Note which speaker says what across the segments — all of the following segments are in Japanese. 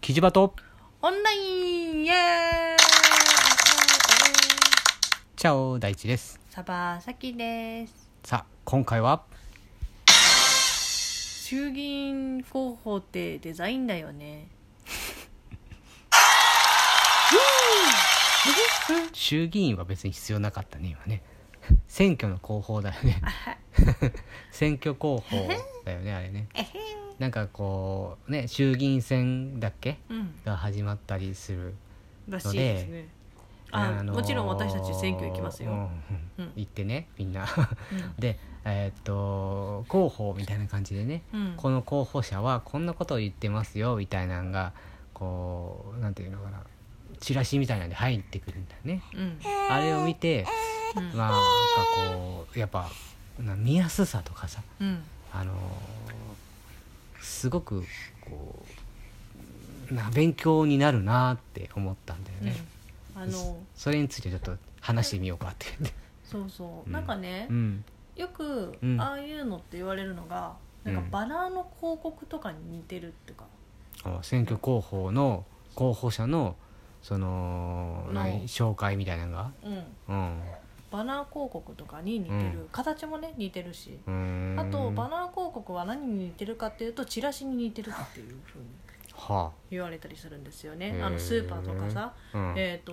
Speaker 1: キジバト
Speaker 2: オンラインイエーイ
Speaker 1: チャオ大地です
Speaker 2: サバサキです
Speaker 1: さあ今回は
Speaker 2: 衆議院候補ってデザインだよね
Speaker 1: 衆議院は別に必要なかったね今 ね選挙の広報だよね 選挙広報だよねあれね
Speaker 2: えへ
Speaker 1: なんかこうね衆議院選だっけ
Speaker 2: んうん
Speaker 1: が始まったりする
Speaker 2: らしいですねあ
Speaker 1: のー
Speaker 2: もちろん私たち選挙行きます
Speaker 1: うん
Speaker 2: よ、
Speaker 1: うん
Speaker 2: うん
Speaker 1: 行ってねみんな
Speaker 2: うん
Speaker 1: でえーっと広報みたいな感じでね
Speaker 2: うん
Speaker 1: この候補者はこんなことを言ってますよみたいなのがこうなんていうのかなチラシみたいなんで入ってくるんだよね
Speaker 2: うん
Speaker 1: あれを見て
Speaker 2: うん
Speaker 1: まあなんかこうやっぱな見やすさとかさ
Speaker 2: うん
Speaker 1: あのすごくこうな勉強になるなって思ったんだよ
Speaker 2: うん
Speaker 1: ね、
Speaker 2: あの
Speaker 1: それについてちょっと話してみようかって言って、
Speaker 2: そうそう
Speaker 1: うん
Speaker 2: なんかね
Speaker 1: うん、
Speaker 2: よく
Speaker 1: うん
Speaker 2: ああいうのって言われるのがなんか
Speaker 1: うん
Speaker 2: バラの広告とかに似てるっていうか
Speaker 1: あ選挙候補の候補者のその
Speaker 2: の
Speaker 1: 何紹介みたいなのがう
Speaker 2: うん
Speaker 1: ん
Speaker 2: バナー広告とかに似てる、
Speaker 1: うん
Speaker 2: 形もね似てるし
Speaker 1: うーん
Speaker 2: あとバナー広告は何に似てるかっていうとチラシに似てるっていうふうに
Speaker 1: は
Speaker 2: 言われたりするんですよ
Speaker 1: へ
Speaker 2: ね
Speaker 1: ー
Speaker 2: あのスーパーとかさ、
Speaker 1: あうん
Speaker 2: えー、と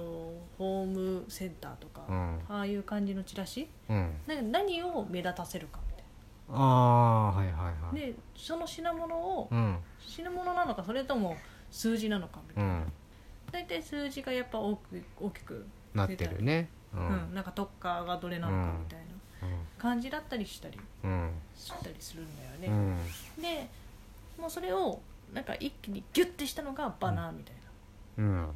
Speaker 2: ホームセンターとか、
Speaker 1: うん
Speaker 2: ああいう感じのチラシ
Speaker 1: うん
Speaker 2: な何を目立たせるかみたい
Speaker 1: ああーはいはいはい
Speaker 2: なでその品物を
Speaker 1: うん
Speaker 2: 品物なのかそれとも数字なのかみた
Speaker 1: う
Speaker 2: いな、
Speaker 1: ん
Speaker 2: 大体数字がやっぱ大き大きく、
Speaker 1: なってるねう
Speaker 2: うんんなんか特化がどれなのかみたいな感じだったりしたり
Speaker 1: うん
Speaker 2: したりするんだよね、
Speaker 1: うん
Speaker 2: でもうそれをなんか一気にギュッてしたのがバナーみたいな、
Speaker 1: うん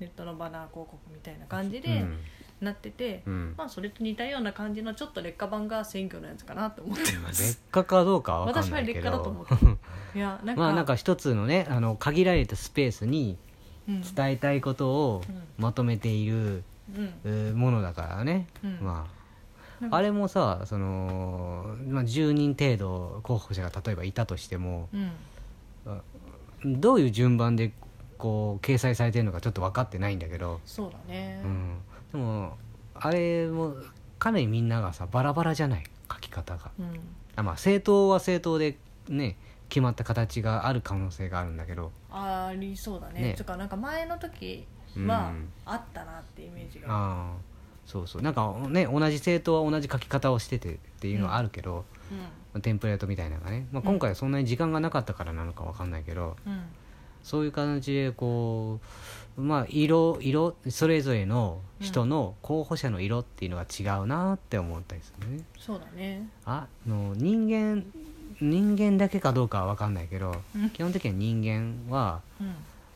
Speaker 2: ネットのバナー広告みたいな感じ
Speaker 1: う
Speaker 2: で
Speaker 1: ん
Speaker 2: なってて、
Speaker 1: うん
Speaker 2: まあそれと似たような感じのちょっと劣化版が選挙のやつかなと思ってま
Speaker 1: 劣
Speaker 2: す
Speaker 1: 化かどうかは分かん
Speaker 2: 私
Speaker 1: な
Speaker 2: はい
Speaker 1: け
Speaker 2: 劣
Speaker 1: ど
Speaker 2: 化だと思う いやなんか,、
Speaker 1: まあなんか一つのねあの限られたスペースに
Speaker 2: うん、
Speaker 1: 伝えたいことを
Speaker 2: うん
Speaker 1: まとめている
Speaker 2: うん
Speaker 1: えーものだからね、
Speaker 2: うん
Speaker 1: ま
Speaker 2: な
Speaker 1: あ
Speaker 2: んか
Speaker 1: あれもさその、まあ、10人程度候補者が例えばいたとしても
Speaker 2: うん
Speaker 1: どういう順番でこう掲載されてるのかちょっと分かってないんだけど、
Speaker 2: そうだね、
Speaker 1: うん、でもあれもかなりみんながさバラバラじゃない書き方が。
Speaker 2: うん
Speaker 1: あまあ政党は政党でね決まった形がある可能性があるんだけど
Speaker 2: ありそうだね
Speaker 1: ね
Speaker 2: とかなんか前の時は
Speaker 1: うん
Speaker 2: あったなってイメージが、
Speaker 1: ああそうそうなんかね同じ政党は同じ書き方をしててっていうのはあるけど、
Speaker 2: う
Speaker 1: テンプレートみたいなのがね、まあ、今回はそんなに時間がなかったからなのかわかんないけど、
Speaker 2: んうん
Speaker 1: そういう感じでこうまあ色色それぞれの人の候補者の色っていうのが違うなって思ったりするね。
Speaker 2: そうだね
Speaker 1: あの人間人間だけかどうかはわかんないけど、
Speaker 2: うん
Speaker 1: 基本的には人間は
Speaker 2: うん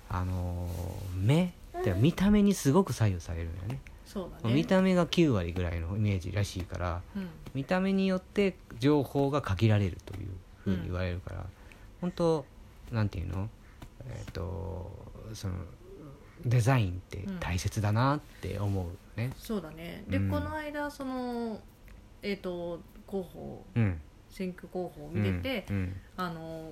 Speaker 1: あの目って見た目にすごく左右されるんだよね。
Speaker 2: そうだね
Speaker 1: 見た目が9割ぐらいのイメージらしいから。
Speaker 2: うん
Speaker 1: 見た目によって情報が限られるというふうに言われるから、本当なんていうのえっ、とそのデザインって大切だなって思うね。
Speaker 2: そうだねで、
Speaker 1: うん
Speaker 2: この間そのえっ、と候補
Speaker 1: うん、
Speaker 2: 選挙候補を見てて、
Speaker 1: うん
Speaker 2: あの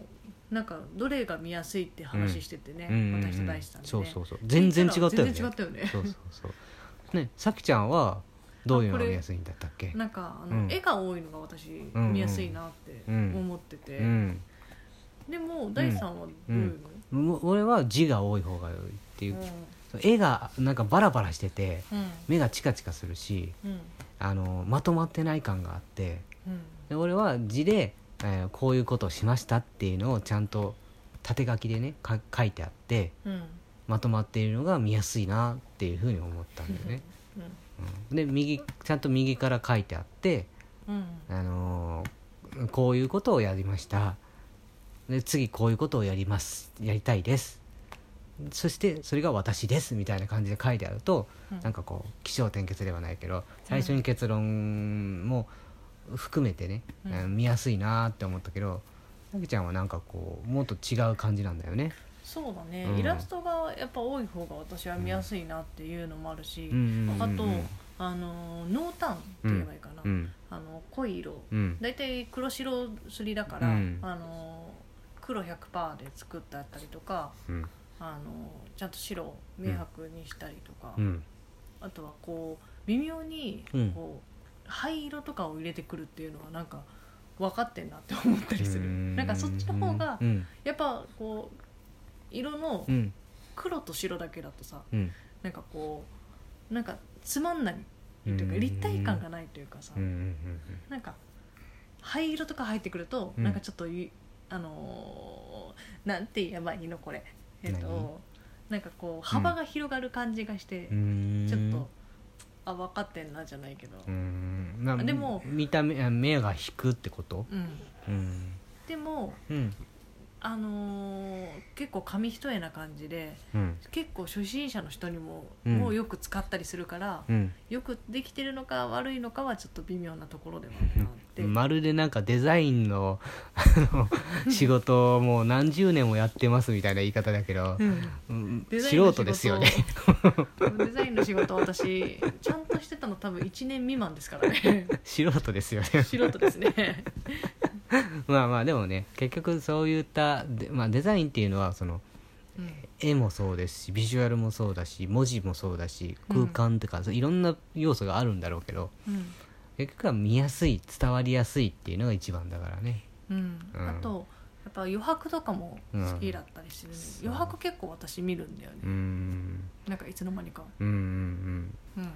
Speaker 2: なんかどれが見やすいって話しててね、
Speaker 1: うん
Speaker 2: 私と大志さんで、ね
Speaker 1: そうそうそう全然違ったよね
Speaker 2: 全然違ったよね
Speaker 1: そうそうそうねさきちゃんはどういうのが見やすいんだったっけ
Speaker 2: なんかあの、
Speaker 1: うん
Speaker 2: 絵が多いのが私
Speaker 1: んうん
Speaker 2: 見やすいなって思ってて、
Speaker 1: うん、
Speaker 2: でも大志さんはどういうの、
Speaker 1: もう俺は字が多い方がいいっていう
Speaker 2: うん、
Speaker 1: 絵がなんかバラバラしてて
Speaker 2: うん
Speaker 1: 目がチカチカするし
Speaker 2: うん
Speaker 1: あのまとまってない感があって
Speaker 2: うん
Speaker 1: で俺は字で、えーこういうことをしましたっていうのをちゃんと縦書きでねか書いてあって
Speaker 2: うん
Speaker 1: まとまっているのが見やすいなっていうふうに思ったんだよね、うんで右ちゃんと右から書いてあって、
Speaker 2: うんうん
Speaker 1: あのーこういうことをやりましたで次こういうことをやりますやりたいですそしてそれが私ですみたいな感じで書いてあると
Speaker 2: うん
Speaker 1: なんかこう起承転結ではないけど最初に結論も含めてね、
Speaker 2: うん
Speaker 1: うん見やすいなーって思ったけどさきちゃんはなんかこうもっと違う感じなんだよね。
Speaker 2: そうだね、
Speaker 1: うん
Speaker 2: イラストがやっぱ多い方が私は見やすいなっていうのもあるし、
Speaker 1: うんうんうん
Speaker 2: あ
Speaker 1: う
Speaker 2: と
Speaker 1: ん
Speaker 2: あの濃淡って言えばいいかな、
Speaker 1: うん
Speaker 2: あの濃い色
Speaker 1: うん
Speaker 2: 大体黒白すりだから、
Speaker 1: うん
Speaker 2: あの黒100%で作ってあったりとか
Speaker 1: うん
Speaker 2: あのちゃんと白を明白にしたりとか、
Speaker 1: うん
Speaker 2: あとはこう微妙に
Speaker 1: うん
Speaker 2: こう、灰色とかを入れてくるっていうのはなんか分かってんなって思ったりするなんかそっちの方が
Speaker 1: うん
Speaker 2: やっぱこう色の
Speaker 1: うん
Speaker 2: 黒と白だけだとさ
Speaker 1: うん
Speaker 2: なんかこうなんかつまんないと
Speaker 1: うん
Speaker 2: いうか立体感がないというかさ、
Speaker 1: うんうん
Speaker 2: なんか灰色とか入ってくると、
Speaker 1: うん
Speaker 2: なんかちょっといあのーなんて言えばいいのこれえっ、
Speaker 1: 何
Speaker 2: となんかこう幅が広がる感じがして、
Speaker 1: うんうん
Speaker 2: ちょっとあ分かってんなじゃないけど、
Speaker 1: うんまあ
Speaker 2: でも
Speaker 1: 見た目あ目が引くってこと
Speaker 2: うん
Speaker 1: うん
Speaker 2: でも
Speaker 1: うん
Speaker 2: あのー結構紙一重な感じで
Speaker 1: うん
Speaker 2: 結構初心者の人にも、
Speaker 1: うん
Speaker 2: もうよく使ったりするから、
Speaker 1: うん
Speaker 2: よくできてるのか悪いのかはちょっと微妙なところではあるなって、
Speaker 1: まるでなんかデザインの あの仕事をもう何十年もやってますみたいな言い方だけど、
Speaker 2: うん
Speaker 1: うん
Speaker 2: デザイン
Speaker 1: 素
Speaker 2: の仕事
Speaker 1: 人ですよね
Speaker 2: デザインの仕事私ちゃんとしてたの多分1年未満ですか らね
Speaker 1: 素人ですよね
Speaker 2: 素人ですね
Speaker 1: まあまあでもね結局そういったで、まあ、デザインっていうのはその
Speaker 2: うん
Speaker 1: 絵もそうですしビジュアルもそうだし文字もそうだし空間とか、そういろんな要素があるんだろうけど
Speaker 2: うん
Speaker 1: 結局は見やすい伝わりやすいっていうのが一番だからね
Speaker 2: うん
Speaker 1: うん
Speaker 2: あとやっぱ余白とかも好きだったりする、
Speaker 1: うん
Speaker 2: 余白結構私見るんだよね
Speaker 1: うーん
Speaker 2: なんかいつの間にか
Speaker 1: うんうんうん
Speaker 2: うん
Speaker 1: だか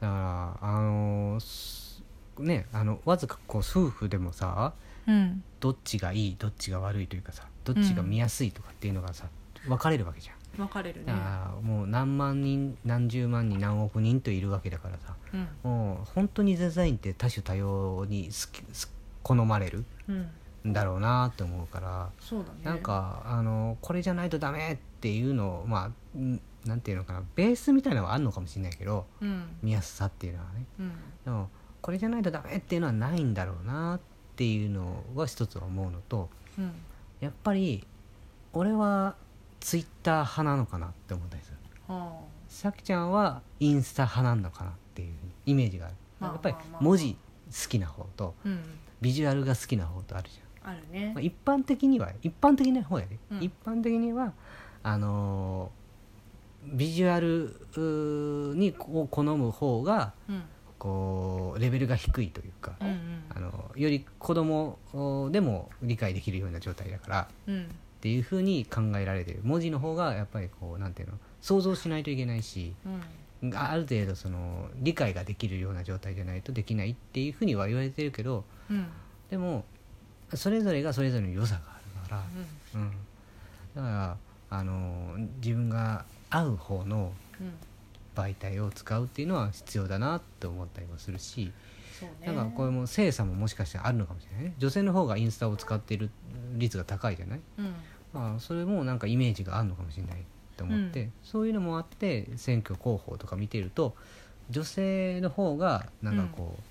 Speaker 1: らあのーすねあのわずかこう夫婦でもさ
Speaker 2: うん
Speaker 1: どっちがいいどっちが悪いというかさどっちが見やすいとかっていうのがさ、分かれるわけじゃん
Speaker 2: 分かれるね
Speaker 1: だからもう何万人何十万人何億人といるわけだからさ
Speaker 2: うん
Speaker 1: もう本当にデザインって多種多様に好き好き好まれる
Speaker 2: うん
Speaker 1: んだろうなって思うから
Speaker 2: そうだね
Speaker 1: なんかあのこれじゃないとダメっていうのをまあんなんていうのかなベースみたいなのはあるのかもしれないけど
Speaker 2: うん
Speaker 1: 見やすさっていうのはね
Speaker 2: うん
Speaker 1: でもこれじゃないとダメっていうのはないんだろうなっていうのは一つ思うのと
Speaker 2: うん
Speaker 1: やっぱり俺はツイッター派なのかなって思ったりする
Speaker 2: はあ
Speaker 1: さきちゃんはインスタ派なんのかなっていうイメージがある、
Speaker 2: まあ
Speaker 1: やっぱり
Speaker 2: まあまあ
Speaker 1: 文字好きな方と
Speaker 2: うん
Speaker 1: ビジュアルが好きな方とあるじゃん
Speaker 2: あるね
Speaker 1: まあ、一般的には一般的な方やで、
Speaker 2: うん
Speaker 1: 一般的にはあのービジュアルうーにこう好む方が
Speaker 2: うん
Speaker 1: こうレベルが低いというか、
Speaker 2: うんうん
Speaker 1: あのより子供おでも理解できるような状態だから
Speaker 2: うん
Speaker 1: っていうふうに考えられてる文字の方がやっぱりこうなんていうの想像しないといけないし
Speaker 2: うん
Speaker 1: あある程度その理解ができるような状態じゃないとできないっていうふうには言われてるけど
Speaker 2: うん
Speaker 1: でもそれぞれがそれぞれの良さがあるから。
Speaker 2: うん
Speaker 1: うん、だからあの自分が合う方の
Speaker 2: うん
Speaker 1: 媒体を使うっていうのは必要だなって思ったりもするし、
Speaker 2: そうね
Speaker 1: なんかこれも精査ももしかしたらあるのかもしれないね女性の方がインスタを使っている率が高いじゃない、
Speaker 2: うん
Speaker 1: まあ、それもなんかイメージがあるのかもしれないと思って、
Speaker 2: う
Speaker 1: そういうのもあって選挙広報とか見てると女性の方がなんかこう、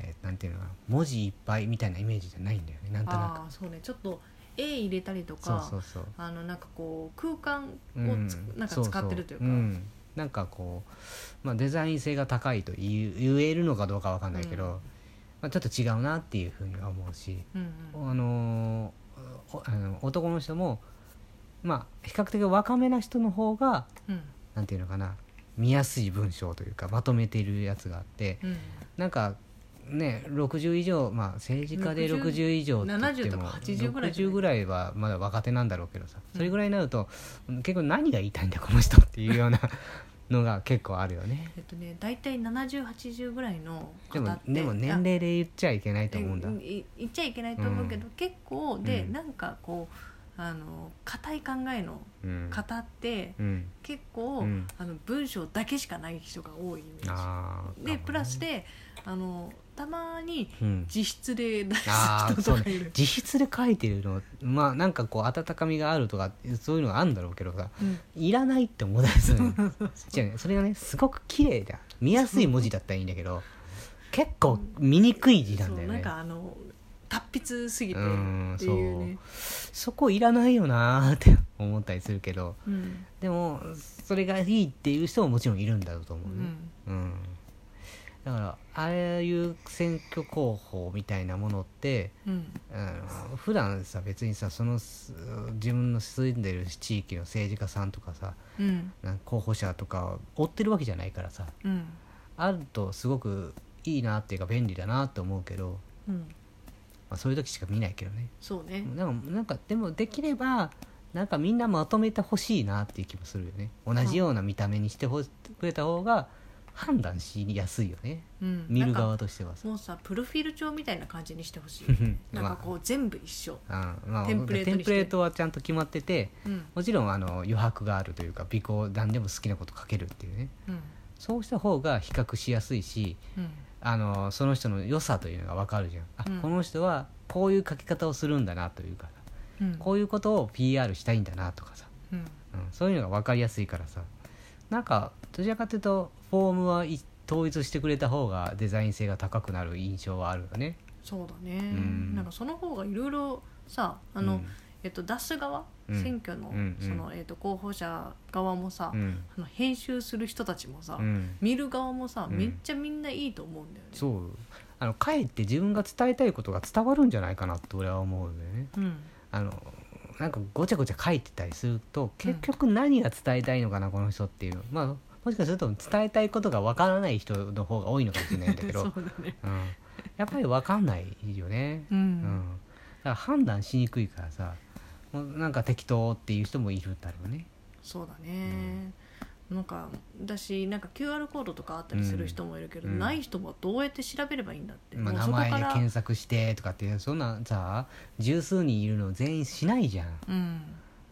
Speaker 1: えーなんていうのかな文字いっぱいみたいなイメージじゃないんだよねなんとな
Speaker 2: ああそうねちょっと絵入れたりと
Speaker 1: くそう
Speaker 2: か
Speaker 1: そうそう
Speaker 2: あのなんかこう空間
Speaker 1: うん
Speaker 2: をつ、なんか
Speaker 1: そうそう
Speaker 2: 使ってるというか
Speaker 1: んなんかこう、まあ、デザイン性が高いと言う言えるのかどうかわかんないけど、
Speaker 2: うん
Speaker 1: まあ、ちょっと違うなっていうふうには思うし、
Speaker 2: うんうん
Speaker 1: あのーおあの男の人もまあ比較的若めな人の方が
Speaker 2: うん
Speaker 1: なんていうのかな見やすい文章というかまとめてるやつがあって
Speaker 2: うん
Speaker 1: なんかね60以上まあ政治家で
Speaker 2: 60
Speaker 1: 60以上って言って
Speaker 2: 70と
Speaker 1: も
Speaker 2: か80ぐらいじゃない
Speaker 1: 60ぐらいはまだ若手なんだろうけどさそれぐらいになるとうん結構何が言いたいんだこの人っていうよう なのが結構あるよね
Speaker 2: えっとね大体7080ぐらいの
Speaker 1: で
Speaker 2: 方
Speaker 1: も
Speaker 2: って
Speaker 1: でも年齢で言っちゃいけない
Speaker 2: い
Speaker 1: と思うんだ
Speaker 2: いい言っちゃいけないと思うけど、結構で、
Speaker 1: うん
Speaker 2: なんかこうあの固い考えの
Speaker 1: うん
Speaker 2: 方って、
Speaker 1: うん
Speaker 2: 結構、
Speaker 1: うん
Speaker 2: あの文章だけしかない人が多いイメ
Speaker 1: あー
Speaker 2: ージ
Speaker 1: かも
Speaker 2: で
Speaker 1: ね
Speaker 2: プラスであのたまに
Speaker 1: うん
Speaker 2: 自筆で出す
Speaker 1: あー
Speaker 2: 人
Speaker 1: そう
Speaker 2: と
Speaker 1: ね
Speaker 2: かいる、
Speaker 1: 自筆で書いてるのまあなんかこう温かみがあるとかそういうのがあるんだろうけどさ
Speaker 2: うん
Speaker 1: いらないって思ったりするのよ じゃあねそれがねすごく綺麗だ見やすい文字だったらいいんだけど結構見にくい字なんだよ
Speaker 2: そうなん
Speaker 1: ね
Speaker 2: かあの達筆すぎて
Speaker 1: うーん
Speaker 2: っていうね
Speaker 1: そこいらないよなーって思ったりするけど
Speaker 2: うん
Speaker 1: でもそれがいいっていう人ももちろんいるんだろうと思うね
Speaker 2: うん
Speaker 1: うん、だからああいう選挙広報みたいなものって
Speaker 2: うん
Speaker 1: あの普段さ別にさそのす自分の住んでる地域の政治家さんとかさ
Speaker 2: うん
Speaker 1: なんか候補者とかを追ってるわけじゃないからさ
Speaker 2: うん
Speaker 1: あるとすごくいいなっていうか便利だなと思うけど、
Speaker 2: うん
Speaker 1: まあ、そういう時しか見ないけどね
Speaker 2: そうね
Speaker 1: でもなんかでもできればなんかみんなまとめてほしいなっていう気もするよね同じような見た目にしてほくれた方が判断しやすいよね
Speaker 2: うん
Speaker 1: 見る
Speaker 2: な
Speaker 1: 側
Speaker 2: んか
Speaker 1: としてはさ。
Speaker 2: もうさプロフィール帳みたいな感じにして ほしいなんか
Speaker 1: まあ
Speaker 2: こう全部一緒
Speaker 1: あまあ、
Speaker 2: テンプレートにして
Speaker 1: テンプレートはちゃんと決まってて
Speaker 2: うん
Speaker 1: もちろんあの余白があるというか尾行何でも好きなこと書けるっていうね
Speaker 2: うん
Speaker 1: そうした方が比較しやすいし
Speaker 2: うん
Speaker 1: あのその人の良さというのが分かるじゃんあ、
Speaker 2: うん
Speaker 1: この人はこういう書き方をするんだなというか
Speaker 2: うん
Speaker 1: こういうことを PR したいんだなとかさ、
Speaker 2: うん
Speaker 1: うん、そういうのが分かりやすいからさなんかどちらかというとフォームはい統一してくれた方がデザイン性が高くなる印象はあるよね。
Speaker 2: そうだ
Speaker 1: ん
Speaker 2: ねなんかその方がいろいろさあ
Speaker 1: う
Speaker 2: の
Speaker 1: ん
Speaker 2: えっと出す側
Speaker 1: うん
Speaker 2: 選挙の
Speaker 1: うん
Speaker 2: そのえっと候補者側もさ
Speaker 1: うん
Speaker 2: あの編集する人たちもさ
Speaker 1: うん
Speaker 2: 見る側もさ
Speaker 1: うん
Speaker 2: めっちゃみんないいと思うんだよね
Speaker 1: そうあのかえって自分が伝えたいことが伝わるんじゃないかなって俺は思うんだよね。
Speaker 2: うん
Speaker 1: あのなんかごちゃごちゃ書いてたりすると結局何が伝えたいのかな、この人っていうまあもしかすると伝えたいことがわからない人の方が多いのかもしれないんだけど
Speaker 2: そうう、だね
Speaker 1: ん、やっぱりわかんないよね、
Speaker 2: う
Speaker 1: うん
Speaker 2: ん
Speaker 1: だから判断しにくいからさもうなんか適当っていう人もいるんだろうね。
Speaker 2: そうだね、なんかだしなんか QR コードとかあったりする人もいるけど、
Speaker 1: うん
Speaker 2: ない人もどうやって調べればいいんだって、
Speaker 1: まあ、
Speaker 2: もう
Speaker 1: 名
Speaker 2: そこ
Speaker 1: 前で
Speaker 2: から
Speaker 1: 検索してとかってそんなさ十数人いるの全員しないじゃん。
Speaker 2: うん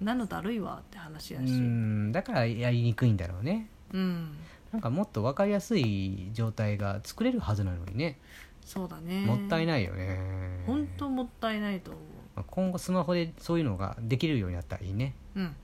Speaker 2: なのだるいわって話だ
Speaker 1: う
Speaker 2: しうん、
Speaker 1: んだからやりにくいんだろうね。なんかもっと分かりやすい状態が作れるはずなのにね。
Speaker 2: そうだね
Speaker 1: もったい
Speaker 2: い
Speaker 1: ないよね
Speaker 2: 本当もったいないと思
Speaker 1: まあ今後スマホでそういうのができるようになったらいいね
Speaker 2: ううん